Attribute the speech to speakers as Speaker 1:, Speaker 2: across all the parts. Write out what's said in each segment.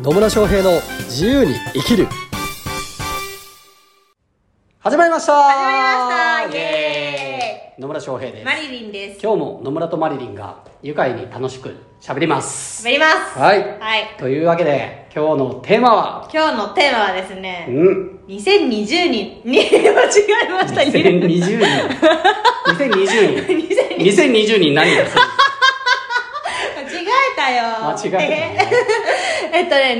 Speaker 1: 野村翔平の自由に生きる始まりました
Speaker 2: 始まりましたイエ
Speaker 1: 野村翔平です
Speaker 2: マリリンです。
Speaker 1: 今日も野村とマリリンが愉快に楽しく喋ります
Speaker 2: 滑ります。
Speaker 1: はい
Speaker 2: はい。
Speaker 1: というわけで今日のテーマは
Speaker 2: 今日のテーマはです
Speaker 1: う
Speaker 2: ね、
Speaker 1: ん
Speaker 2: 2020に、 に、間違えました、
Speaker 1: 2020人2020
Speaker 2: 2020。
Speaker 1: 人
Speaker 2: 間違
Speaker 1: 2020人何がする
Speaker 2: えたよ。
Speaker 1: 間違えたね
Speaker 2: ええっとね、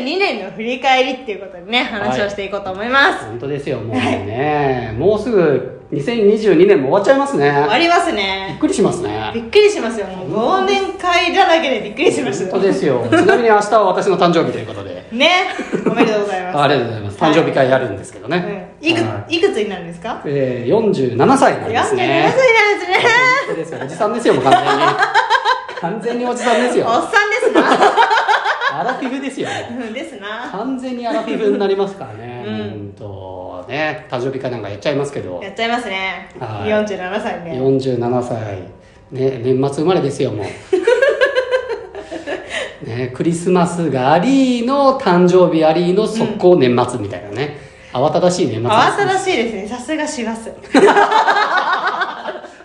Speaker 2: 2022年の振り返りっていうことでね、話をしていこうと思います。
Speaker 1: 本当ですよもうねもうすぐ2022年も終わっちゃいます
Speaker 2: 終わ
Speaker 1: ね
Speaker 2: ります
Speaker 1: びっ
Speaker 2: ね。
Speaker 1: くりしますね
Speaker 2: びっくりしますよ。もう忘年会だらけでびっくりしました。
Speaker 1: 本当ですよちなみに明日は私の誕生日ということで
Speaker 2: ね。おめでとうございます。
Speaker 1: あありがとうございます
Speaker 2: は
Speaker 1: 誕生日会やるんですけどね、
Speaker 2: うんいく
Speaker 1: は、
Speaker 2: いくつになるんですか
Speaker 1: いえー、47歳なん
Speaker 2: 47
Speaker 1: です
Speaker 2: 歳
Speaker 1: ね
Speaker 2: なんですね。
Speaker 1: 本当ですよおじさんですよもう完全に完全におじさんです
Speaker 2: お
Speaker 1: よ
Speaker 2: っさんですな。
Speaker 1: アラフィフですよ
Speaker 2: うんですな
Speaker 1: 完全にアラフィフになりますからね
Speaker 2: うん
Speaker 1: うんとね誕生日会なんかやっちゃいますけど
Speaker 2: やっちゃいますね
Speaker 1: はい
Speaker 2: 47歳ね
Speaker 1: 47歳、ね、年末生まれですよも うね、クリスマスがありの誕生日ありの速攻年末みたいなね、慌ただしい年末
Speaker 2: 慌た
Speaker 1: で
Speaker 2: だしいですねさすが師走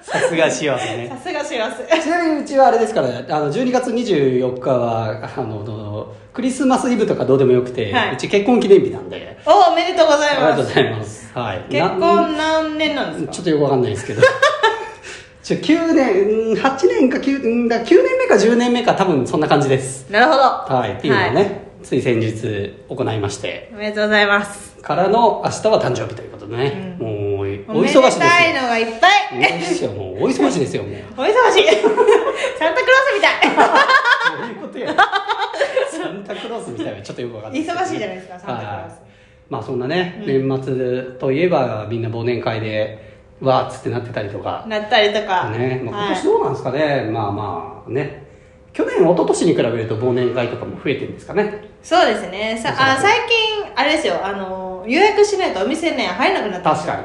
Speaker 1: すさすが幸せね
Speaker 2: さすが師走
Speaker 1: ちなみにうちはあれですから、あの12月24日はあののクリスマスイブとかどうでもよくて、
Speaker 2: はいう
Speaker 1: ち結婚記念日なんで
Speaker 2: おおめでとうござ
Speaker 1: あ
Speaker 2: い
Speaker 1: りがと
Speaker 2: ま
Speaker 1: うご
Speaker 2: す
Speaker 1: ざいます、はい、
Speaker 2: 結
Speaker 1: な
Speaker 2: 婚何年なんですか
Speaker 1: ちょっとよくわかんないですけど ちょ9年うん8年か 9, うんだ9年目か10年目か多分そんな感じです
Speaker 2: なるほど
Speaker 1: はいっていうのをね、つい先日行いまして
Speaker 2: おめでとうございます
Speaker 1: からの明日は誕生日ということでね、
Speaker 2: う
Speaker 1: もうお忙
Speaker 2: おめ
Speaker 1: し
Speaker 2: で
Speaker 1: いですよ
Speaker 2: たいのがいっぱ
Speaker 1: お忙
Speaker 2: い
Speaker 1: しいですよもうお忙しいですよもう
Speaker 2: お忙しい サンタクロースみたい
Speaker 1: そういうこと やサンタクロースみたいなちょっとよくわかんない
Speaker 2: 忙しいじゃないですかサンタクロ
Speaker 1: は
Speaker 2: ー
Speaker 1: い
Speaker 2: ス
Speaker 1: まあそんなね、
Speaker 2: う
Speaker 1: 年末といえばみんな忘年会でわーっつってなってたりとか、
Speaker 2: なったりとか
Speaker 1: ねまあ、今
Speaker 2: は
Speaker 1: 年どうなんですかね、まあまあね去年一昨年に比べると忘年会とかも増えてるんですかね
Speaker 2: いそうですねさあ最近あれですよあの予約しないとお店ね入らなくなったんです
Speaker 1: 確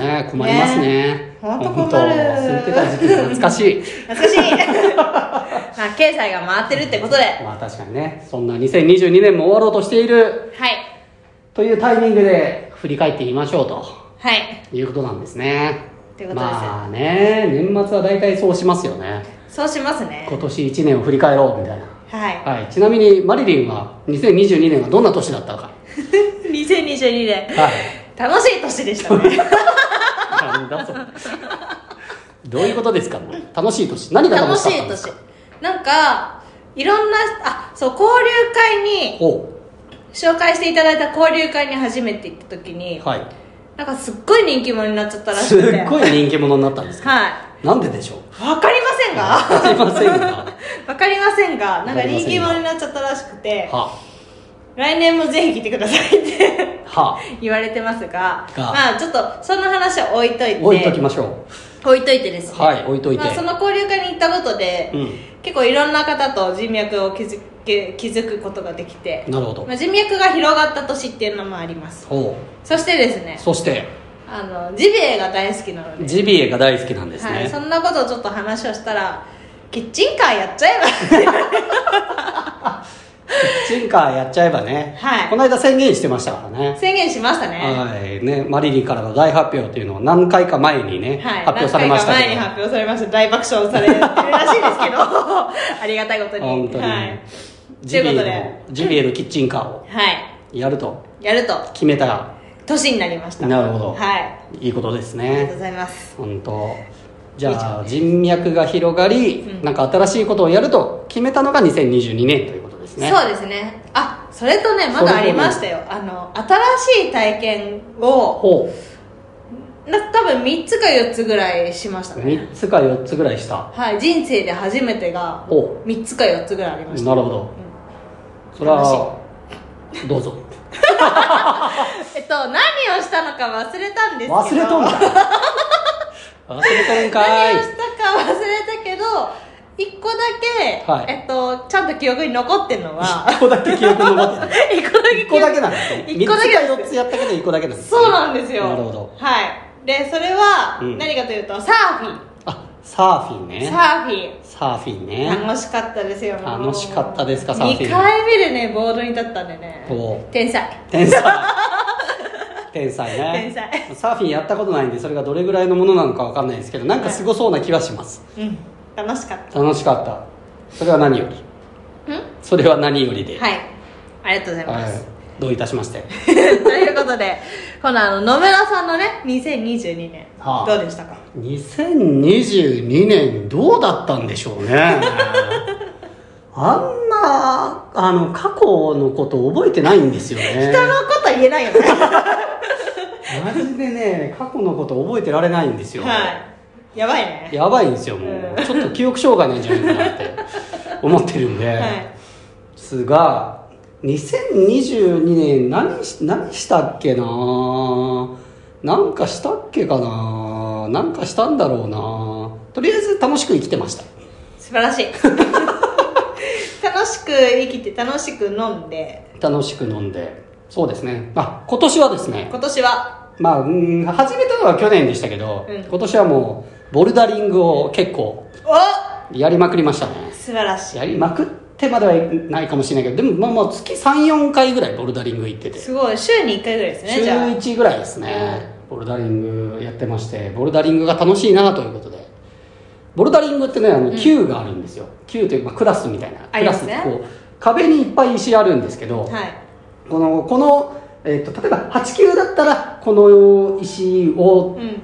Speaker 1: かにね困りますね
Speaker 2: ほんと困る
Speaker 1: ほんと忘れてた時期が懐かしい
Speaker 2: 懐かしいまあ経済が回ってるってことでは
Speaker 1: まあ確かにねそんな2022年も終わろうとしている
Speaker 2: い
Speaker 1: というタイミングで振り返ってみましょうと
Speaker 2: はい
Speaker 1: いうことなんですね
Speaker 2: ということです
Speaker 1: まあね年末は大体そうしますよね
Speaker 2: そうしますね
Speaker 1: 今年1年を振り返ろうみたいな
Speaker 2: は
Speaker 1: はい、ちなみにマリリンは2022年はどんな年だ ったか、
Speaker 2: い2022年
Speaker 1: はい、
Speaker 2: 楽しい年でし たね
Speaker 1: なんだそれどういうことですかもう楽しい年何が楽
Speaker 2: 楽
Speaker 1: し
Speaker 2: し
Speaker 1: かった
Speaker 2: い
Speaker 1: んです
Speaker 2: 年
Speaker 1: か
Speaker 2: なんかいろんなあそう交流会に
Speaker 1: おう
Speaker 2: 紹介していただいた交流会に初めて行った時に
Speaker 1: はい
Speaker 2: なんかすっごい人気者になっちゃったらし
Speaker 1: す
Speaker 2: く
Speaker 1: ってごい人気者になったんですか
Speaker 2: は
Speaker 1: なんででしょう
Speaker 2: いわかりませんが
Speaker 1: わかりませんが
Speaker 2: わかりませんがなん
Speaker 1: わ
Speaker 2: か
Speaker 1: かりませんが
Speaker 2: 人気者になっちゃったらしくて
Speaker 1: は
Speaker 2: 来年もぜひ来てくださいって
Speaker 1: は
Speaker 2: 言われてますが
Speaker 1: が
Speaker 2: まあちょっとその話は置いといて
Speaker 1: 置いときましょ
Speaker 2: 置いといてです
Speaker 1: う
Speaker 2: ね
Speaker 1: はい置いといて、
Speaker 2: まあ、その交流会に行ったことで、
Speaker 1: う
Speaker 2: 結構いろんな方と人脈を築け築くことができて
Speaker 1: ん、、なるほど
Speaker 2: まあ、人脈が広がった年っていうのもあります
Speaker 1: おう
Speaker 2: そしてですね
Speaker 1: そして
Speaker 2: あのジビエが大好きなので
Speaker 1: ジビエが大好きなんですね、
Speaker 2: はい、そんなことをちょっと話をしたらキッチンカーやっちゃえば
Speaker 1: キッチンカーやっちゃえばね、
Speaker 2: はい
Speaker 1: この間宣言してましたから ね
Speaker 2: 宣言しましたね
Speaker 1: はいねマリリンからの大発表というのは何回か前にね、
Speaker 2: はい、
Speaker 1: 発表されました
Speaker 2: 何
Speaker 1: け
Speaker 2: 回か前に
Speaker 1: ど
Speaker 2: 発表さ れました大爆笑されてるらしいですけど ありがたいことに
Speaker 1: 本当に、
Speaker 2: はい、
Speaker 1: ジビエ
Speaker 2: という
Speaker 1: のジビエのキッチンカーを
Speaker 2: は
Speaker 1: やると
Speaker 2: い、やると
Speaker 1: 決めたら
Speaker 2: 年になりました
Speaker 1: なるほど
Speaker 2: はい
Speaker 1: いいことです
Speaker 2: ありがとう
Speaker 1: ね
Speaker 2: ございます
Speaker 1: 本当じゃあ人脈が広がり、なんか新しいことをやると決めたのが2022年ということですね
Speaker 2: そうですねあそれとねまだありましたよあの新しい体験を
Speaker 1: ほ
Speaker 2: な多分3つか4つぐらいしました
Speaker 1: う
Speaker 2: ね
Speaker 1: 3つか4つぐらいした
Speaker 2: はい人生で初めてが
Speaker 1: ほ
Speaker 2: 3つか4つぐらいあり
Speaker 1: う
Speaker 2: ました
Speaker 1: なるほど、それはどうぞ
Speaker 2: えっと何をしたのか忘れたんですけど
Speaker 1: 忘れとん だ忘れとんか
Speaker 2: 何を
Speaker 1: い
Speaker 2: したか忘れたけど1個だけ、
Speaker 1: はい
Speaker 2: えっと、ちゃんと記憶に残ってる のは
Speaker 1: 1個だけ記憶残ってる
Speaker 2: 1個だけ
Speaker 1: 1個だけなんですね
Speaker 2: 一個だけです
Speaker 1: 3つか4つやったけど1個だけなんですね
Speaker 2: そうなんですよ
Speaker 1: なるほど
Speaker 2: はいでそれは
Speaker 1: うん
Speaker 2: 何かというと、サーフィン
Speaker 1: あサーフィンね
Speaker 2: サーフィン
Speaker 1: サーフィンね
Speaker 2: 楽しかったですよ
Speaker 1: 楽しかったですかサーフィン
Speaker 2: 2回目でねボードに立ったんでね
Speaker 1: おう
Speaker 2: 天才
Speaker 1: 天才天才ね
Speaker 2: 天才
Speaker 1: サーフィンやったことないんでそれがどれぐらいのものなのかわかんないですけどなんかすごそうな気はします
Speaker 2: うん楽しかった
Speaker 1: 楽しかったそれは何より
Speaker 2: ん
Speaker 1: それは何よりで
Speaker 2: はいありがとうございます、
Speaker 1: はいどういたしまして
Speaker 2: ということでこのあの野村さんのね2022年、
Speaker 1: はあ
Speaker 2: どうでしたか
Speaker 1: 2022年どうだったんでしょう ねあんまあの過去のこと覚えてないんですよね
Speaker 2: 人のこと言えないよね
Speaker 1: マジでね過去のこと覚えてられないんですよ、
Speaker 2: はいやばいね
Speaker 1: やばいんですよもう、
Speaker 2: うん
Speaker 1: ちょっと記憶障害なんじゃないかなって思ってるんで、
Speaker 2: はい
Speaker 1: ですが2022年何し何したっけななんかしたっけかななんかしたんだろうなとりあえず楽しく生きてました
Speaker 2: 素晴 らしい楽しく生きて楽しく飲んで
Speaker 1: 楽しく飲んでそうですねあ今年はですね
Speaker 2: 今年は
Speaker 1: まあうん始めたのは去年でしたけど、
Speaker 2: うん
Speaker 1: 今年はもうボルダリングを結構
Speaker 2: お
Speaker 1: やりまくりましたね
Speaker 2: 素晴らし
Speaker 1: やりまくってまではないかもしれないけどでもまあまあ月34回ぐらいボルダリング行って
Speaker 2: い
Speaker 1: て
Speaker 2: すごい週に1回ぐらいですね
Speaker 1: 週
Speaker 2: じゃあ
Speaker 1: 1ぐらいですねボルダリングやってましてボルダリングが楽しいなということでボルダリングってねあの球があるんですよ、球というかまあクラスみたいな
Speaker 2: あ
Speaker 1: ク
Speaker 2: りま
Speaker 1: ラ
Speaker 2: す
Speaker 1: ス
Speaker 2: ね
Speaker 1: ってこう壁にいっぱい石あるんですけど、
Speaker 2: はい
Speaker 1: このこの、えっと例えば8球だったらこの石を
Speaker 2: うん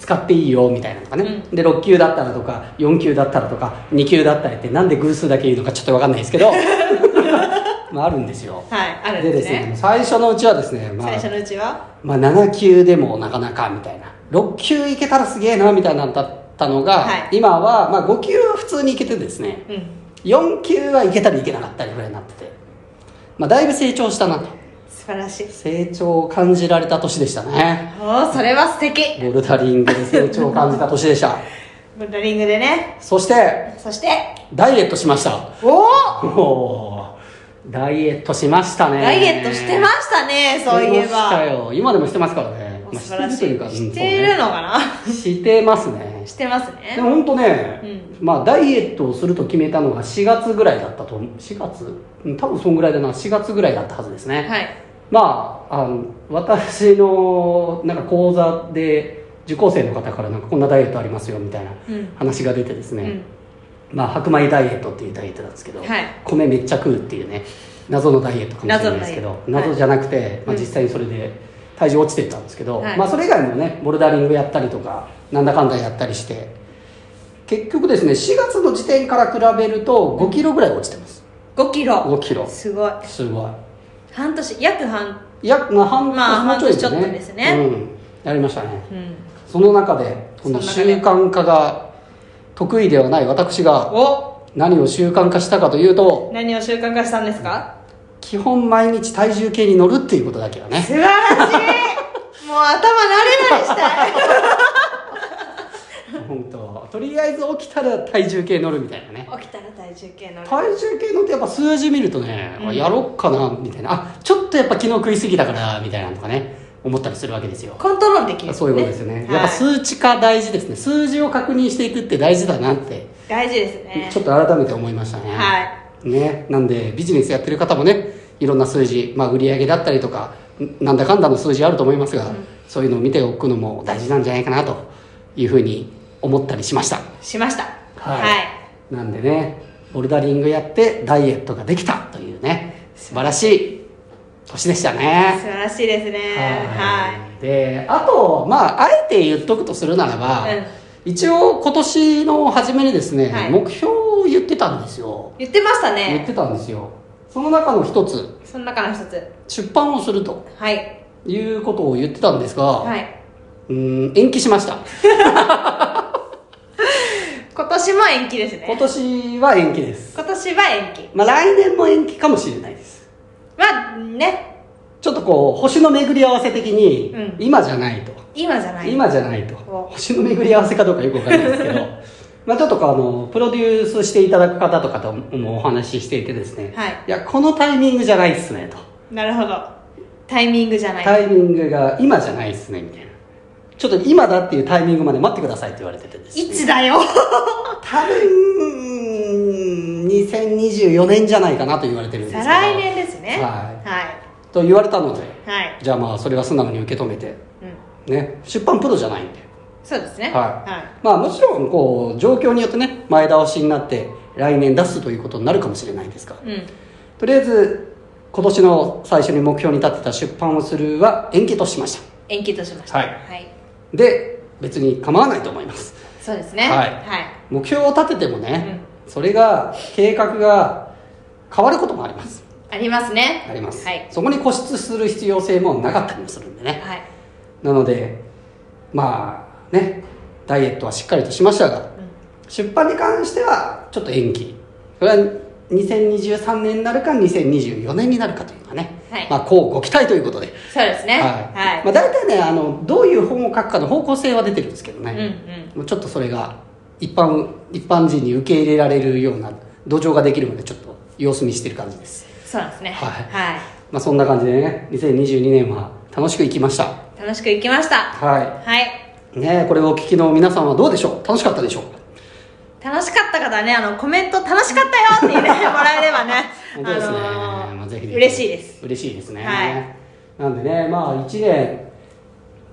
Speaker 1: 使っていいよみたいなのとかね、で6級だったらとか4級だったらとか2級だったらってなんで偶数だけ言うのかちょっと分かんないですけ どまああるんですよ
Speaker 2: はいあるん
Speaker 1: で
Speaker 2: で
Speaker 1: ですす
Speaker 2: ね
Speaker 1: ね最初のうちはですね、まあ
Speaker 2: 最初のうちは
Speaker 1: まあ、7級でもなかなかみたいな6級いけたらすげえなみたいなのだったのが、
Speaker 2: はい
Speaker 1: 今は、まあ、5級は普通にいけてですね
Speaker 2: うん
Speaker 1: 4級はいけたりいけなかったりぐらいになってて、まあ、だいぶ成長したなと
Speaker 2: 素晴らしい
Speaker 1: 成長を感じられた年でしたね
Speaker 2: おおそれは素敵
Speaker 1: ボルダリングで成長を感じた年でした
Speaker 2: ボルダリングでね
Speaker 1: そして
Speaker 2: そして
Speaker 1: ダイエットしました。
Speaker 2: おお
Speaker 1: おーダイエットしましたね。
Speaker 2: ダイエットしてましたね、そういえ
Speaker 1: してました
Speaker 2: ば。
Speaker 1: よ。今でもしてますからね。まあ
Speaker 2: 素晴らし
Speaker 1: してる
Speaker 2: い。
Speaker 1: とうか
Speaker 2: してるのかな
Speaker 1: うんそうねしてますね。
Speaker 2: してます
Speaker 1: で
Speaker 2: ね。
Speaker 1: も本当ね、
Speaker 2: う
Speaker 1: まあダイエットをすると決めたのが4月ぐらいだったと思う。4月うん多分そんぐらいだな。4月ぐらいだったはずですね。
Speaker 2: はい。
Speaker 1: まあ、あの、私のなんか講座で受講生の方からなんかこんなダイエットありますよみたいな
Speaker 2: うん。
Speaker 1: 話が出てです
Speaker 2: う
Speaker 1: ね。
Speaker 2: ん。
Speaker 1: まあ、白米ダイエットっていうダイエットなんですけど、
Speaker 2: はい
Speaker 1: 米めっちゃ食うっていうね謎のダイエットかもしれないですけど
Speaker 2: 謎のダイエットはい
Speaker 1: 謎じゃなくて、まあ、
Speaker 2: うん
Speaker 1: 実際にそれで体重落ちてったんですけど、
Speaker 2: はい
Speaker 1: まあ、それ以外もねボルダリングやったりとかなんだかんだやったりして結局ですね4月の時点から比べると5キロぐらい落ちてます
Speaker 2: 5キロ。
Speaker 1: 5キロ
Speaker 2: すごい。
Speaker 1: すごい
Speaker 2: 半年、約半。
Speaker 1: いや、まあ、半
Speaker 2: まあ
Speaker 1: もい
Speaker 2: 半年ちょっとですね
Speaker 1: うん、やりましたね
Speaker 2: うん。
Speaker 1: その中でこの習慣化が得意ではない私が
Speaker 2: お
Speaker 1: 何を習慣化したかというと
Speaker 2: 何を習慣化したんですか
Speaker 1: 基本毎日体重計に乗るっていうことだけはね
Speaker 2: 素晴らし いもう頭慣れないしたい。
Speaker 1: 本当とりあえず起きたら体重計乗るみたいなね
Speaker 2: 起きたら体重計の。
Speaker 1: 体重計乗ってやっぱ数字見るとね、
Speaker 2: うん
Speaker 1: あやろっかなみたいなあちょっとやっぱ昨日食い過ぎたからみたいなのとかね思ったりするわけですよ
Speaker 2: コントロールできる、
Speaker 1: そういうことですよね、
Speaker 2: はい
Speaker 1: やっぱ数値化大事ですね数字を確認していくって大事だなって、
Speaker 2: 大事ですね
Speaker 1: ち。ょっと改めて思いましたね、
Speaker 2: はい。
Speaker 1: ね、なんでビジネスやってる方もねいろんな数字、まあ、売上だったりとかんなんだかんだの数字あると思いますが、そういうのを見ておくのも大事なんじゃないかなというふうに思ったりしました
Speaker 2: しました。
Speaker 1: はい
Speaker 2: はい。
Speaker 1: なんでねボルダリングやってダイエットができたというね素晴らしい年でした
Speaker 2: 素
Speaker 1: ね
Speaker 2: 晴らしいですね。はい
Speaker 1: であとまああえて言っとくとするならば、
Speaker 2: うん
Speaker 1: 一応今年の初めにですね、
Speaker 2: はい
Speaker 1: 目標を言ってたんですよ
Speaker 2: い。言ってました
Speaker 1: 言っ
Speaker 2: ね。
Speaker 1: てたんですよその中の一つ
Speaker 2: その中の一つ。
Speaker 1: 出版をすると
Speaker 2: はい。
Speaker 1: いうことを言ってたんですが、
Speaker 2: はい。
Speaker 1: うーん延期しました
Speaker 2: 今年も延期ですね。
Speaker 1: 今年は延期です、
Speaker 2: 今年は延期。
Speaker 1: まあ、来年も延期かもしれないです
Speaker 2: まあ、ね、
Speaker 1: ちょっとこう星の巡り合わせ的に、
Speaker 2: うん
Speaker 1: 今じゃないと、
Speaker 2: 今じゃない。
Speaker 1: 今じゃないと
Speaker 2: お
Speaker 1: 星の巡り合わせかどうかよくわかんないですけ どまあちょっとこうあのプロデュースしていただく方とかともお話ししていてですね、
Speaker 2: はい
Speaker 1: やこのタイミングじゃないっすねと、
Speaker 2: なるほど。タイミングじゃない。
Speaker 1: タイミングが今じゃないっすねみたいなちょっと今だっていうタイミングまで待ってくださいって言われててですね
Speaker 2: いつだよ
Speaker 1: 多分2024年じゃないかなと言われてるんですけ
Speaker 2: 再
Speaker 1: ど
Speaker 2: 来年ですね
Speaker 1: はい
Speaker 2: はい
Speaker 1: と言われたので
Speaker 2: はい
Speaker 1: じゃあまあそれは素直に受け止めて
Speaker 2: うん、
Speaker 1: ね出版プロじゃないんで
Speaker 2: そうです
Speaker 1: は
Speaker 2: ね
Speaker 1: いまあもちろんこう状況によってね前倒しになって来年出すということになるかもしれないですから
Speaker 2: いうん
Speaker 1: とりあえず今年の最初に目標に立てた出版をするは延期としました
Speaker 2: 延期としました
Speaker 1: はい
Speaker 2: はい、
Speaker 1: で別に構わないと思います
Speaker 2: そうですね
Speaker 1: はい
Speaker 2: は
Speaker 1: 目標を立ててもね、それが計画が変わることもあります
Speaker 2: いありますね
Speaker 1: あります、
Speaker 2: はい、
Speaker 1: そこに固執する必要性もなかったりもするんでね
Speaker 2: はい、
Speaker 1: なのでまあねダイエットはしっかりとしましたが
Speaker 2: うん
Speaker 1: 出版に関してはちょっと延期それは2023年になるか2024年になるかというのはね、
Speaker 2: はい
Speaker 1: まあこうご期待ということで、
Speaker 2: そうですね
Speaker 1: はい
Speaker 2: はい
Speaker 1: まあ、大体ねあのどういう本を書くかの方向性は出てるんですけど
Speaker 2: うん
Speaker 1: ね、もうちょっとそれが一般一般人に受け入れられるような土壌ができるまでちょっと様子見してる感じです、
Speaker 2: うんそうなんですね
Speaker 1: はい
Speaker 2: は
Speaker 1: まあ、そんな感じでね2022年は楽しくいきました
Speaker 2: い、楽しくいきました
Speaker 1: は
Speaker 2: はい
Speaker 1: いねえこれをお聞きの皆さんはどうでしょう楽しかったでしょうか
Speaker 2: 楽しかった方はねあのコメント楽しかったよって言ってもらえればね
Speaker 1: 本当ですね、
Speaker 2: あ
Speaker 1: ま
Speaker 2: の
Speaker 1: あ、ぜひぜひ
Speaker 2: 嬉しいです
Speaker 1: 嬉しいですね、
Speaker 2: はい
Speaker 1: なんでねまあ1年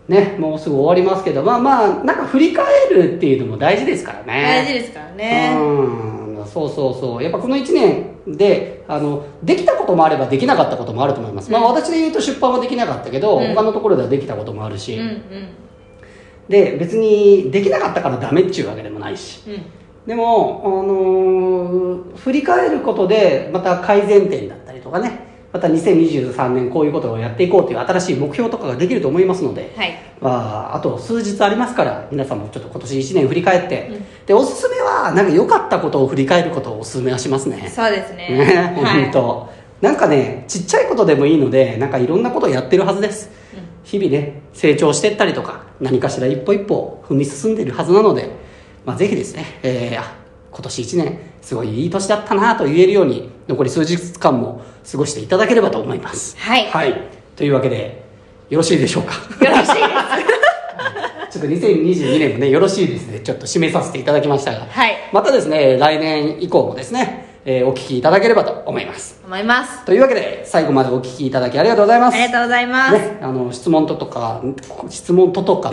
Speaker 1: ねもうすぐ終わりますけどまあまあなんか振り返るっていうのも大事ですからね
Speaker 2: 大事ですからね
Speaker 1: うんそうそうそうやっぱこの1年であのできたこともあればできなかったこともあると思います、まあ私で言うと出版はできなかったけど、
Speaker 2: うん
Speaker 1: 他のところではできたこともある
Speaker 2: う
Speaker 1: し、
Speaker 2: んうん
Speaker 1: で別にできなかったからダメっちゅうわけでもないし
Speaker 2: うん
Speaker 1: でも、あのー振り返ることでまた改善点だったりとかねまた2023年こういうことをやっていこうという新しい目標とかができると思いますので、
Speaker 2: はい
Speaker 1: まあ、あと数日ありますから皆さんもちょっと今年1年振り返って、
Speaker 2: うん
Speaker 1: でおすすめはなんか良かったことを振り返ることをおすすめはしますね。
Speaker 2: そうですね
Speaker 1: ね、
Speaker 2: はい
Speaker 1: 本当なんかねちっちゃいことでもいいのでなんかいろんなことをやってるはずです、
Speaker 2: う
Speaker 1: 日々ね成長してったりとか何かしら一歩一歩踏み進んでるはずなので、まあ、ぜひですね、えーあ今年1年すごいいい年だったなと言えるように残り数日間も過ごしていただければと思います
Speaker 2: はい
Speaker 1: はい、というわけでよろしいでしょう か
Speaker 2: よろしいです
Speaker 1: ちょっと2022年もねよろしいですねちょっと締めさせていただきましたが、
Speaker 2: はい
Speaker 1: またですね来年以降もですね、えーお聞きいただければと思います
Speaker 2: 思います
Speaker 1: というわけで最後までお聞きいただきありがとうございま
Speaker 2: あ
Speaker 1: す。
Speaker 2: りがとうございます、
Speaker 1: ね、あの質問ととか質問ととか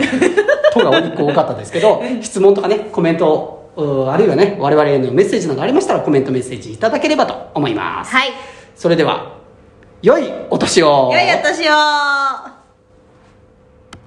Speaker 1: とが多い多かったですけど質問とかねコメントうんあるいはね我々へのメッセージなどありましたらコメントメッセージいただければと思います。
Speaker 2: はい
Speaker 1: それでは良いお年を
Speaker 2: 良いお年を